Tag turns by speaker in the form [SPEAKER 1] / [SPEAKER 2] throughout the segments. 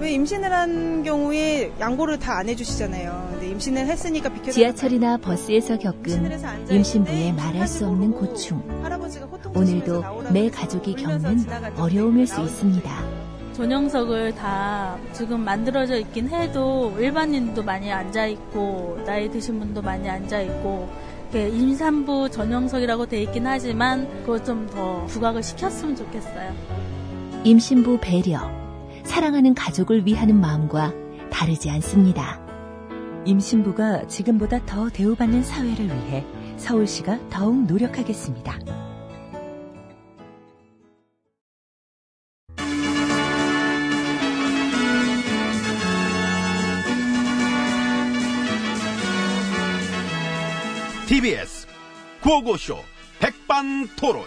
[SPEAKER 1] 왜 임신을 한 경우에 양보를 다 안 해주시잖아요. 근데 임신을 했으니까 비켜.
[SPEAKER 2] 지하철이나 버스에서 겪은 임신부의 말할 수 없는 고충. 오늘도 매 가족이 겪는 어려움일 수 있습니다.
[SPEAKER 3] 전용석을 다 지금 만들어져 있긴 해도 일반인도 많이 앉아 있고 나이 드신 분도 많이 앉아 있고 이렇게 임산부 전용석이라고 돼 있긴 하지만 그걸 좀 더 부각을 시켰으면 좋겠어요.
[SPEAKER 2] 임신부 배려, 사랑하는 가족을 위하는 마음과 다르지 않습니다.
[SPEAKER 4] 임신부가 지금보다 더 대우받는 사회를 위해 서울시가 더욱 노력하겠습니다.
[SPEAKER 5] TBS 구호고쇼 백반토론.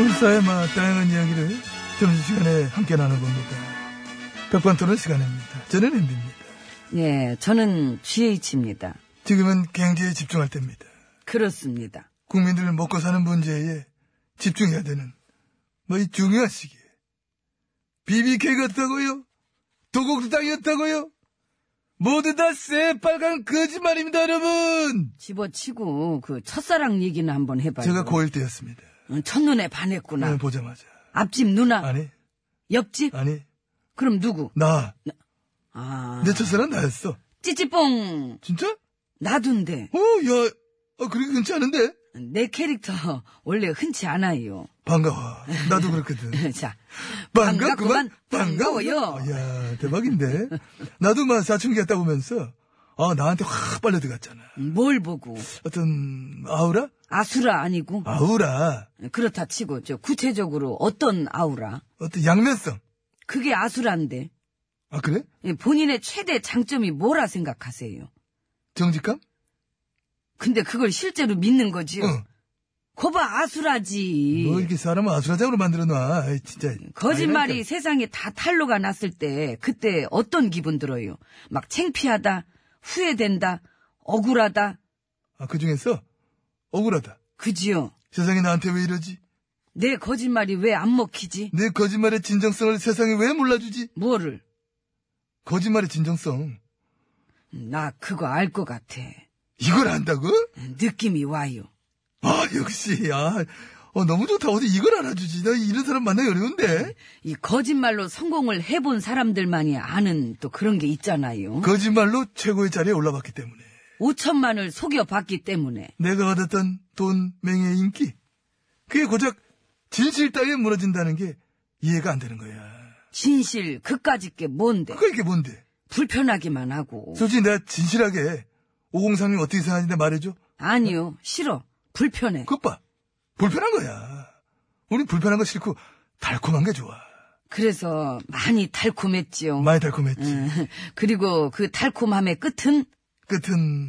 [SPEAKER 6] 울사의 막 다양한 이야기를 점심시간에 함께 나눠봅니다. 백반토론 시간입니다. 저는 엠비입니다.
[SPEAKER 7] 예, 저는 GH입니다.
[SPEAKER 6] 지금은 경제에 집중할 때입니다.
[SPEAKER 7] 그렇습니다.
[SPEAKER 6] 국민들 먹고 사는 문제에 집중해야 되는 뭐 이 중요한 시기에 BBK였다고요? 도곡수당이었다고요? 모두 다 새빨간 거짓말입니다 여러분
[SPEAKER 7] 집어치고 그 첫사랑 얘기는 한번 해봐요.
[SPEAKER 6] 제가 고1 때였습니다
[SPEAKER 7] 응, 첫눈에 반했구나.
[SPEAKER 6] 네, 보자마자
[SPEAKER 7] 앞집 누나,
[SPEAKER 6] 아니
[SPEAKER 7] 옆집.
[SPEAKER 6] 아니
[SPEAKER 7] 그럼 누구?
[SPEAKER 6] 나 내
[SPEAKER 7] 아,
[SPEAKER 6] 첫사랑 나였어
[SPEAKER 7] 찌찌뽕
[SPEAKER 6] 진짜? 어,
[SPEAKER 7] 나둔데
[SPEAKER 6] 어야 어, 그렇게 괜찮은데?
[SPEAKER 7] 내 캐릭터 원래 흔치 않아요.
[SPEAKER 6] 반가워 나도 그렇거든
[SPEAKER 7] 자,
[SPEAKER 6] 반갑구만
[SPEAKER 7] 반가워요.
[SPEAKER 6] 야 대박인데 나도 막 사춘기였다 보면서 아 나한테 확 빨려 들어갔잖아
[SPEAKER 7] 뭘 보고
[SPEAKER 6] 어떤 아우라?
[SPEAKER 7] 아수라 아니고
[SPEAKER 6] 아우라 어?
[SPEAKER 7] 그렇다 치고 저 구체적으로 어떤 아우라?
[SPEAKER 6] 어떤 양면성
[SPEAKER 7] 그게 아수라인데
[SPEAKER 6] 아 그래?
[SPEAKER 7] 예, 본인의 최대 장점이 뭐라 생각하세요?
[SPEAKER 6] 정직감?
[SPEAKER 7] 근데 그걸 실제로 믿는 거지요.
[SPEAKER 6] 응.
[SPEAKER 7] 거봐 아수라지.
[SPEAKER 6] 너 이렇게 사람을 아수라장으로 만들어 놔 아이, 진짜
[SPEAKER 7] 거짓말이
[SPEAKER 6] 아이라니까.
[SPEAKER 7] 세상에 다 탄로가 났을 때 그때 어떤 기분 들어요? 막 창피하다, 후회된다, 억울하다,
[SPEAKER 6] 아, 그 중에서 억울하다
[SPEAKER 7] 그지요?
[SPEAKER 6] 세상이 나한테 왜 이러지?
[SPEAKER 7] 내 거짓말이 왜 안 먹히지?
[SPEAKER 6] 내 거짓말의 진정성을 세상이 왜 몰라주지?
[SPEAKER 7] 뭐를?
[SPEAKER 6] 거짓말의 진정성
[SPEAKER 7] 나 그거 알 것 같아.
[SPEAKER 6] 이걸 안다고?
[SPEAKER 7] 느낌이 와요.
[SPEAKER 6] 아 역시 아 어, 너무 좋다 어디 이걸 알아주지 나 이런 사람 만나기 어려운데
[SPEAKER 7] 이 거짓말로 성공을 해본 사람들만이 아는 또 그런 게 있잖아요.
[SPEAKER 6] 거짓말로 최고의 자리에 올라봤기 때문에
[SPEAKER 7] 5천만을 속여봤기 때문에.
[SPEAKER 6] 내가 얻었던 돈, 명예, 인기 그게 고작 진실 따위에 무너진다는 게 이해가 안 되는 거야
[SPEAKER 7] 진실, 그까짓 게 뭔데?
[SPEAKER 6] 그거 이게 뭔데
[SPEAKER 7] 불편하기만 하고.
[SPEAKER 6] 솔직히 내가 진실하게 5036 어떻게 생각하는데 말해줘
[SPEAKER 7] 아니요, 싫어. 불편해.
[SPEAKER 6] 그것 봐 불편한 거야 우리 불편한 거 싫고 달콤한 게 좋아
[SPEAKER 7] 그... 래서 많이 달콤했지요.
[SPEAKER 6] 많이 달콤했지
[SPEAKER 7] 음, 그리고 그 달콤함의 끝은
[SPEAKER 6] 끝은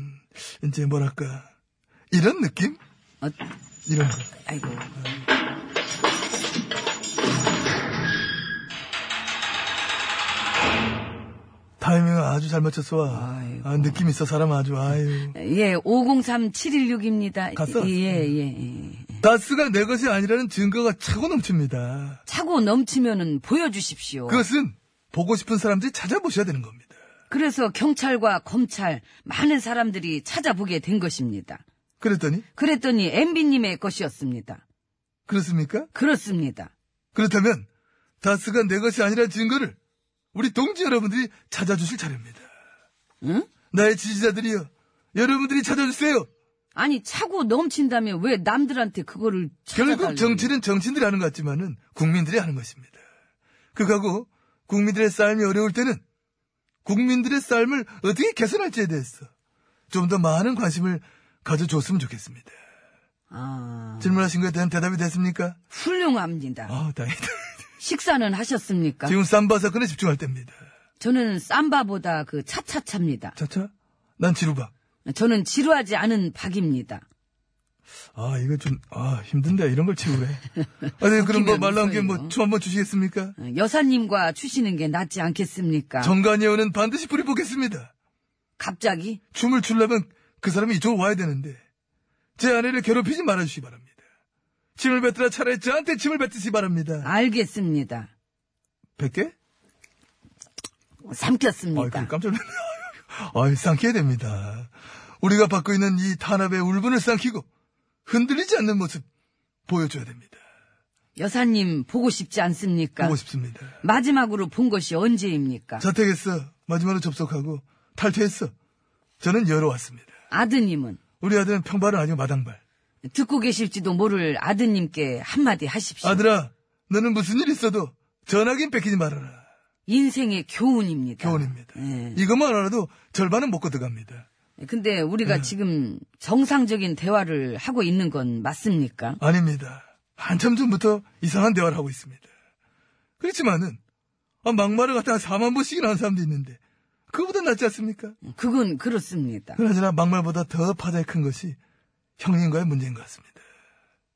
[SPEAKER 6] 이제 뭐랄까 이런 느낌?
[SPEAKER 7] 어,
[SPEAKER 6] 이런 거
[SPEAKER 7] 아이고.
[SPEAKER 6] 타이밍을 아주 잘 맞췄어. 와.
[SPEAKER 7] 아이고.
[SPEAKER 6] 아, 느낌 있어, 사람 아주. 아유.
[SPEAKER 7] 예, 503716입니다.
[SPEAKER 6] 갔어?
[SPEAKER 7] 예, 예, 예.
[SPEAKER 6] 다스가 내 것이 아니라는 증거가 차고 넘칩니다.
[SPEAKER 7] 차고 넘치면은 보여주십시오.
[SPEAKER 6] 그것은 보고 싶은 사람들이 찾아보셔야 되는 겁니다.
[SPEAKER 7] 그래서 경찰과 검찰 많은 사람들이 찾아보게 된 것입니다.
[SPEAKER 6] 그랬더니,
[SPEAKER 7] 그랬더니 MB님의 것이었습니다.
[SPEAKER 6] 그렇습니까?
[SPEAKER 7] 그렇습니다.
[SPEAKER 6] 그렇다면, 다스가 내 것이 아니라는 증거를 우리 동지 여러분들이 찾아주실 차례입니다.
[SPEAKER 7] 응?
[SPEAKER 6] 나의 지지자들이요. 여러분들이 찾아주세요.
[SPEAKER 7] 아니 차고 넘친다면 왜 남들한테 그거를
[SPEAKER 6] 결국
[SPEAKER 7] 찾아달라고?
[SPEAKER 6] 정치는 정치인들이 하는 것 같지만은 국민들이 하는 것입니다. 그거하고 국민들의 삶이 어려울 때는 국민들의 삶을 어떻게 개선할지에 대해서 좀 더 많은 관심을 가져줬으면 좋겠습니다.
[SPEAKER 7] 아,
[SPEAKER 6] 질문하신 거에 대한 대답이 됐습니까?
[SPEAKER 7] 훌륭합니다.
[SPEAKER 6] 아, 다행이다.
[SPEAKER 7] 식사는 하셨습니까?
[SPEAKER 6] 지금 삼바 사건에 집중할 때입니다.
[SPEAKER 7] 저는 쌈바보다 그 차차차입니다.
[SPEAKER 6] 차차? 난 지루박.
[SPEAKER 7] 저는 지루하지 않은 박입니다.
[SPEAKER 6] 아, 이거 좀, 아, 힘든데. 이런 걸 치우래. 아니, 그럼 뭐
[SPEAKER 7] 웃기면
[SPEAKER 6] 말로 한
[SPEAKER 7] 웃어요.
[SPEAKER 6] 게뭐춤 한번 주시겠습니까?
[SPEAKER 7] 여사님과 추시는 게 낫지 않겠습니까?
[SPEAKER 6] 정관예우는 반드시 뿌리 보겠습니다.
[SPEAKER 7] 갑자기
[SPEAKER 6] 춤을 추려면 그 사람이 이쪽으로 와야 되는데 제 아내를 괴롭히지 말아주시기 바랍니다. 침을 뱉으라 차라리 저한테 침을 뱉으시기
[SPEAKER 7] 아,
[SPEAKER 6] 바랍니다.
[SPEAKER 7] 알겠습니다.
[SPEAKER 6] 100개? 아이,
[SPEAKER 7] 삼켰습니다.
[SPEAKER 6] 그 깜짝 놀랐네. 아이, 삼켜야 됩니다. 우리가 받고 있는 이 탄압의 울분을 삼키고 흔들리지 않는 모습 보여줘야 됩니다.
[SPEAKER 7] 여사님 보고 싶지 않습니까?
[SPEAKER 6] 보고 싶습니다.
[SPEAKER 7] 마지막으로 본 것이 언제입니까?
[SPEAKER 6] 자택했어. 마지막으로 접속하고 탈퇴했어. 저는 열어왔습니다.
[SPEAKER 7] 아드님은
[SPEAKER 6] 우리 아들은 평발은 아니고 마당발.
[SPEAKER 7] 듣고 계실지도 모를 아드님께 한마디 하십시오.
[SPEAKER 6] 아들아, 너는 무슨 일 있어도 전화긴 뺏기지 말아라.
[SPEAKER 7] 인생의 교훈입니다.
[SPEAKER 6] 교훈입니다.
[SPEAKER 7] 예.
[SPEAKER 6] 이것만 알아도 절반은 먹고 들어갑니다.
[SPEAKER 7] 근데
[SPEAKER 6] 예.
[SPEAKER 7] 우리가 지금 정상적인 대화를 하고 있는 건 맞습니까?
[SPEAKER 6] 아닙니다. 한참 전부터 이상한 대화를 하고 있습니다. 그렇지만은, 아, 막말을 갖다 한 4만 번씩이나 한 사람도 있는데, 그거보다 낫지 않습니까?
[SPEAKER 7] 예. 그건 그렇습니다.
[SPEAKER 6] 그나저나 막말보다 더 파장이 큰 것이 형님과의 문제인 것 같습니다.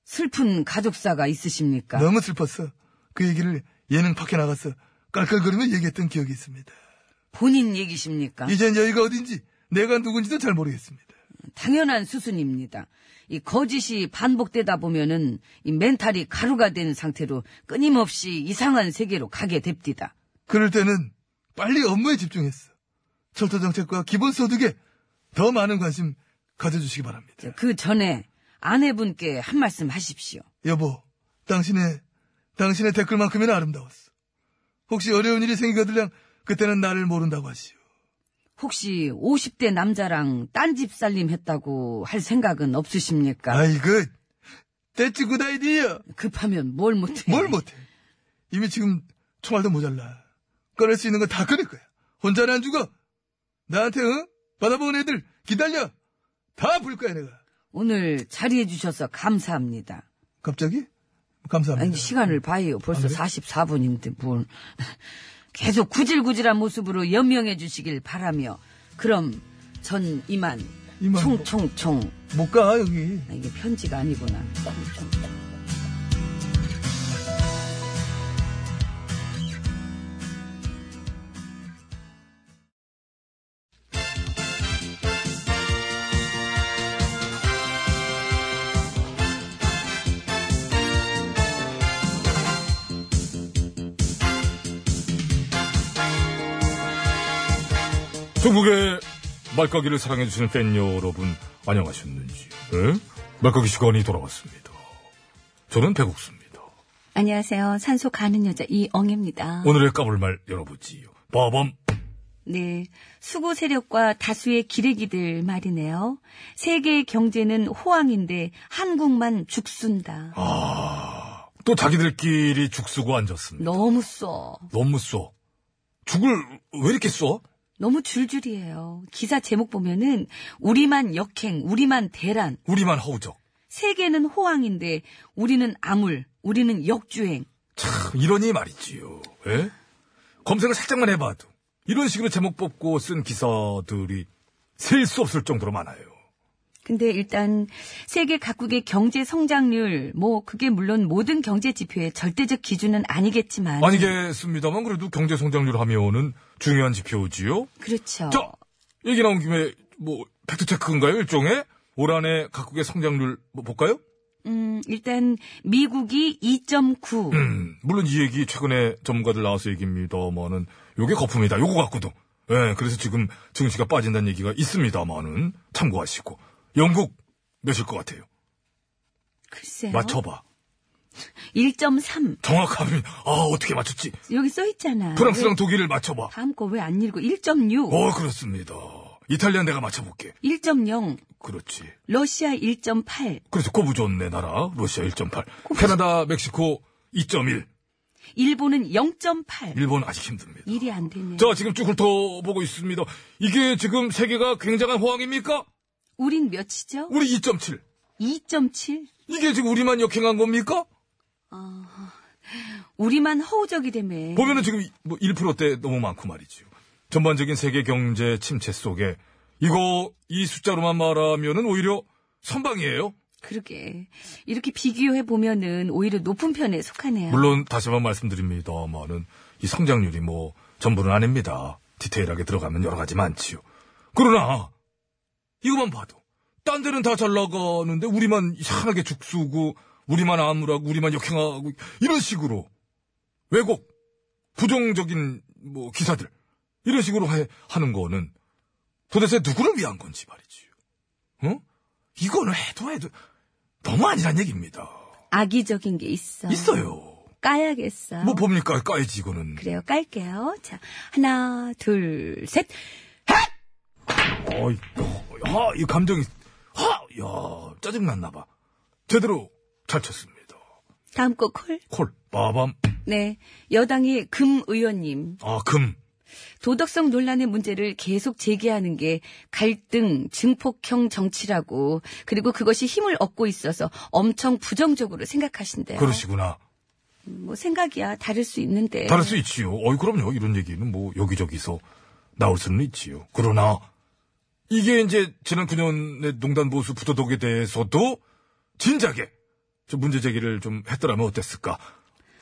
[SPEAKER 7] 슬픈 가족사가 있으십니까?
[SPEAKER 6] 너무 슬펐어. 그 얘기를 예능 밖에 나가서 깔깔거리며 얘기했던 기억이 있습니다.
[SPEAKER 7] 본인 얘기십니까?
[SPEAKER 6] 이젠 여기가 어딘지, 내가 누군지도 잘 모르겠습니다.
[SPEAKER 7] 당연한 수순입니다. 이 거짓이 반복되다 보면은 이 멘탈이 가루가 된 상태로 끊임없이 이상한 세계로 가게 됩니다.
[SPEAKER 6] 그럴 때는 빨리 업무에 집중했어. 철도 정책과 기본 소득에 더 많은 관심 가져주시기 바랍니다.
[SPEAKER 7] 저, 그 전에 아내분께 한 말씀 하십시오.
[SPEAKER 6] 여보, 당신의 당신의 댓글만큼이나 아름다웠어. 혹시 어려운 일이 생기거들랑 그때는 나를 모른다고 하시오.
[SPEAKER 7] 혹시 50대 남자랑 딴 집 살림 했다고 할 생각은 없으십니까?
[SPEAKER 6] 아이고, 그, 떼치고 다이디요.
[SPEAKER 7] 급하면 뭘 못해.
[SPEAKER 6] 뭘 못해? 이미 지금 총알도 모자라. 꺼낼 수 있는 거 다 꺼낼 거야. 혼자는 안 죽어. 나한테 응? 받아본 애들 기다려. 다 불 거야 내가.
[SPEAKER 7] 오늘 자리해 주셔서 감사합니다.
[SPEAKER 6] 갑자기? 감사합니다. 네. 아,
[SPEAKER 7] 아니, 시간을 봐요. 벌써 44분인데 뭘. 계속 구질구질한 모습으로 연명해 주시길 바라며 그럼 전 이만,
[SPEAKER 6] 이만 뭐.
[SPEAKER 7] 총총총
[SPEAKER 6] 못 가 여기.
[SPEAKER 7] 아, 이게 편지가 아니구나. 총총총.
[SPEAKER 8] 전국의 말까기를 사랑해주시는 팬 여러분, 안녕하셨는지. 예? 말까기 시간이 돌아왔습니다. 저는 배국수입니다.
[SPEAKER 9] 안녕하세요. 산소 가는 여자 이엉입니다.
[SPEAKER 8] 오늘의 까불말 열어보지요. 빠밤!
[SPEAKER 9] 네. 수구 세력과 다수의 기레기들 말이네요. 세계 경제는 호황인데 한국만 죽순다.
[SPEAKER 6] 아.
[SPEAKER 8] 또 자기들끼리 죽 쓰고 앉았습니다.
[SPEAKER 9] 너무 써.
[SPEAKER 8] 너무 써. 죽을 왜 이렇게 써?
[SPEAKER 9] 너무 줄줄이에요. 기사 제목 보면은 우리만 역행, 우리만 대란.
[SPEAKER 8] 우리만 허우적.
[SPEAKER 9] 세계는 호황인데 우리는 암울, 우리는 역주행.
[SPEAKER 8] 참, 이러니 말이지요. 예? 검색을 살짝만 해봐도 이런 식으로 제목 뽑고 쓴 기사들이 셀 수 없을 정도로 많아요.
[SPEAKER 9] 근데 일단 세계 각국의 경제 성장률 뭐 그게 물론 모든 경제 지표의 절대적 기준은 아니겠지만
[SPEAKER 8] 어? 아니겠습니다만 그래도 경제 성장률 하면은 중요한 지표지요.
[SPEAKER 9] 그렇죠.
[SPEAKER 8] 자, 얘기 나온 김에 뭐 팩트 체크인가요 일종의 올 한해 각국의 성장률 뭐 볼까요?
[SPEAKER 9] 음, 일단 미국이 2.9.
[SPEAKER 8] 음, 물론 이 얘기 최근에 전문가들 나와서 얘기입니다만은 요게 거품이다. 요거 갖고도 예, 그래서 지금 증시가 빠진다는 얘기가 있습니다만은 참고하시고 영국 몇일 것 같아요?
[SPEAKER 9] 글쎄요.
[SPEAKER 8] 맞춰봐.
[SPEAKER 9] 1.3.
[SPEAKER 8] 정확하면 아 어떻게 맞췄지?
[SPEAKER 9] 여기 써 있잖아.
[SPEAKER 8] 프랑스랑 독일을 맞춰봐.
[SPEAKER 9] 다음 거 왜 안 읽고 1.6.
[SPEAKER 8] 어 그렇습니다. 이탈리아 내가 맞춰볼게.
[SPEAKER 9] 1.0.
[SPEAKER 8] 그렇지.
[SPEAKER 9] 러시아 1.8.
[SPEAKER 8] 그래서 고부 좋네 나라 러시아 1.8 캐나다 멕시코 2.1
[SPEAKER 9] 일본은 0.8.
[SPEAKER 8] 일본 아직 힘듭니다
[SPEAKER 9] 일이 안 되네.
[SPEAKER 8] 자 지금 쭉 훑어보고 있습니다 이게 지금 세계가 굉장한 호황입니까?
[SPEAKER 9] 우린 몇이죠?
[SPEAKER 8] 우리 2.7
[SPEAKER 9] 2.7.
[SPEAKER 8] 이게 지금 우리만 역행한 겁니까?
[SPEAKER 7] 아,
[SPEAKER 9] 우리만 허우적이 되매.
[SPEAKER 8] 보면은 지금 뭐 1%대 너무 많고 말이죠 전반적인 세계 경제 침체 속에 이거 이 숫자로만 말하면은 오히려 선방이에요
[SPEAKER 9] 그러게. 이렇게 비교해 보면은 오히려 높은 편에 속하네요.
[SPEAKER 8] 물론 다시 한번 말씀드립니다만은 이 성장률이 뭐 전부는 아닙니다. 디테일하게 들어가면 여러 가지 많지요. 그러나 이것만 봐도
[SPEAKER 6] 딴 데는 다 잘 나가는데 우리만 이상하게 죽수고 우리만 암울하고 우리만 역행하고 이런 식으로 왜곡 부정적인 뭐 기사들 이런 식으로 해- 하는 거는 도대체 누구를 위한 건지 말이지요. 어? 이거는 해도 해도 너무 아니란 얘기입니다.
[SPEAKER 7] 악의적인 게 있어.
[SPEAKER 6] 있어요.
[SPEAKER 7] 까야겠어.
[SPEAKER 6] 뭐 봅니까? 까야지 이거는.
[SPEAKER 7] 그래요, 깔게요. 자, 하나, 둘, 셋.
[SPEAKER 6] 어이, 하, 이 감정이, 하, 야, 짜증났나 봐. 제대로 잘 쳤습니다.
[SPEAKER 7] 다음 거 콜.
[SPEAKER 6] 콜, 빠밤,
[SPEAKER 7] 네. 여당의 금 의원님.
[SPEAKER 6] 아, 금.
[SPEAKER 7] 도덕성 논란의 문제를 계속 제기하는 게 갈등, 증폭형 정치라고, 그리고 그것이 힘을 얻고 있어서 엄청 부정적으로 생각하신대요.
[SPEAKER 6] 그러시구나.
[SPEAKER 7] 뭐 생각이야. 다를 수 있는데.
[SPEAKER 6] 다를 수 있지요. 어이, 그럼요. 이런 얘기는 뭐, 여기저기서 나올 수는 있지요. 그러나, 이게 이제, 지난 9년의 농단보수 부도덕에 대해서도, 진작에, 좀 문제 제기를 좀 했더라면 어땠을까?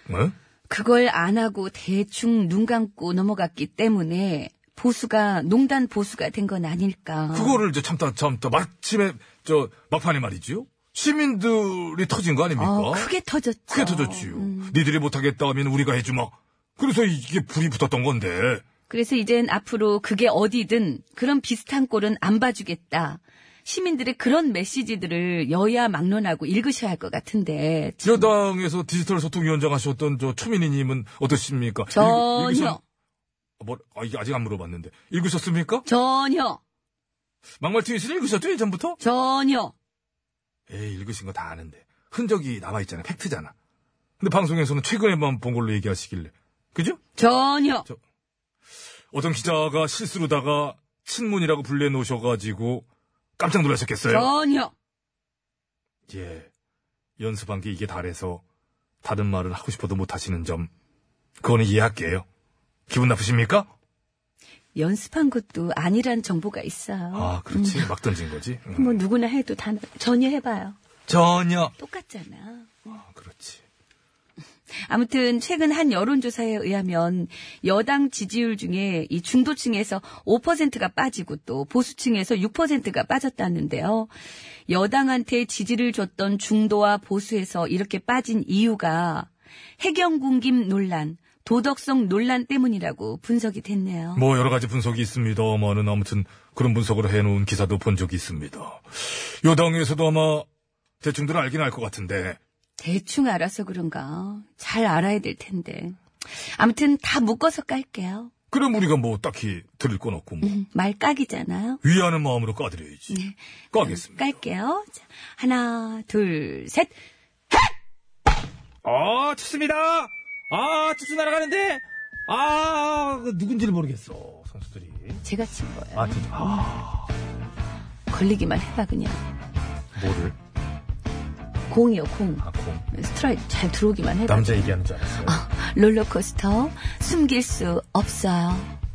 [SPEAKER 6] 네? 응?
[SPEAKER 7] 그걸 안 하고 대충 눈 감고 넘어갔기 때문에 보수가, 농단 보수가 된 건 아닐까.
[SPEAKER 6] 그거를 이제 참다 참다 마침에 저 막판에 말이지요. 시민들이 터진 거 아닙니까?
[SPEAKER 7] 어, 크게 터졌죠.
[SPEAKER 6] 크게 터졌지요.
[SPEAKER 7] 음.
[SPEAKER 6] 니들이 못하겠다 하면 우리가 해주마. 그래서 이게 불이 붙었던 건데.
[SPEAKER 7] 그래서 이젠 앞으로 그게 어디든 그런 비슷한 꼴은 안 봐주겠다. 시민들의 그런 메시지들을 여야 막론하고 읽으셔야 할 것 같은데. 참.
[SPEAKER 6] 여당에서 디지털 소통위원장 하셨던 저 초민희님은 어떠십니까?
[SPEAKER 7] 전혀.
[SPEAKER 6] 읽으셨- 뭐, 아, 이게 아직 안 물어봤는데. 읽으셨습니까?
[SPEAKER 7] 전혀,
[SPEAKER 6] 막말 트윗을 읽으셨죠? 예전부터?
[SPEAKER 7] 전혀.
[SPEAKER 6] 에이, 읽으신 거 다 아는데. 흔적이 남아있잖아. 팩트잖아. 근데 방송에서는 최근에만 본 걸로 얘기하시길래. 그죠?
[SPEAKER 7] 전혀.
[SPEAKER 6] 어떤 기자가 실수로다가 친문이라고 불려놓으셔가지고 깜짝 놀라셨겠어요.
[SPEAKER 7] 전혀.
[SPEAKER 6] 예. 연습한 게 이게 다래서 다른 말은 하고 싶어도 못 하시는 점. 그거는 이해할게요. 기분 나쁘십니까?
[SPEAKER 7] 연습한 것도 아니란 정보가 있어요.
[SPEAKER 6] 아, 그렇지. 막 던진 거지. 응.
[SPEAKER 7] 뭐 누구나 해도 다 전혀 해봐요.
[SPEAKER 6] 전혀.
[SPEAKER 7] 똑같잖아.
[SPEAKER 6] 아, 그렇지.
[SPEAKER 7] 아무튼 최근 한 여론조사에 의하면 여당 지지율 중에 이 중도층에서 5%가 빠지고 또 보수층에서 6%가 빠졌다는데요. 여당한테 지지를 줬던 중도와 보수에서 이렇게 빠진 이유가 해경군김 논란, 도덕성 논란 때문이라고 분석이 됐네요.
[SPEAKER 6] 뭐 여러 가지 분석이 있습니다만은 아무튼 그런 분석을 해놓은 기사도 본 적이 있습니다. 여당에서도 아마 대충들 알긴 알 것 같은데.
[SPEAKER 7] 대충 알아서 그런가. 잘 알아야 될 텐데. 아무튼 다 묶어서 깔게요.
[SPEAKER 6] 그럼 우리가 뭐 딱히 들을 건 없고 뭐.
[SPEAKER 7] 음, 말 깍이잖아요.
[SPEAKER 6] 위하는 마음으로 까드려야지. 까겠습니다.
[SPEAKER 7] 깔게요. 자, 하나, 둘, 셋.
[SPEAKER 6] 아, 춥습니다. 아, 춥수 날아가는데. 아, 그 누군지를 모르겠어. 선수들이.
[SPEAKER 7] 제가 친 거예요.
[SPEAKER 6] 아, 진짜. 아,
[SPEAKER 7] 걸리기만 해봐, 그냥.
[SPEAKER 6] 뭐를.
[SPEAKER 7] 공이요, 공.
[SPEAKER 6] 아, 공.
[SPEAKER 7] 스트라이크 잘 들어오기만 해봐.
[SPEAKER 6] 남자 얘기하는 줄 알았어요.
[SPEAKER 7] 롤러코스터 숨길 수 없어요.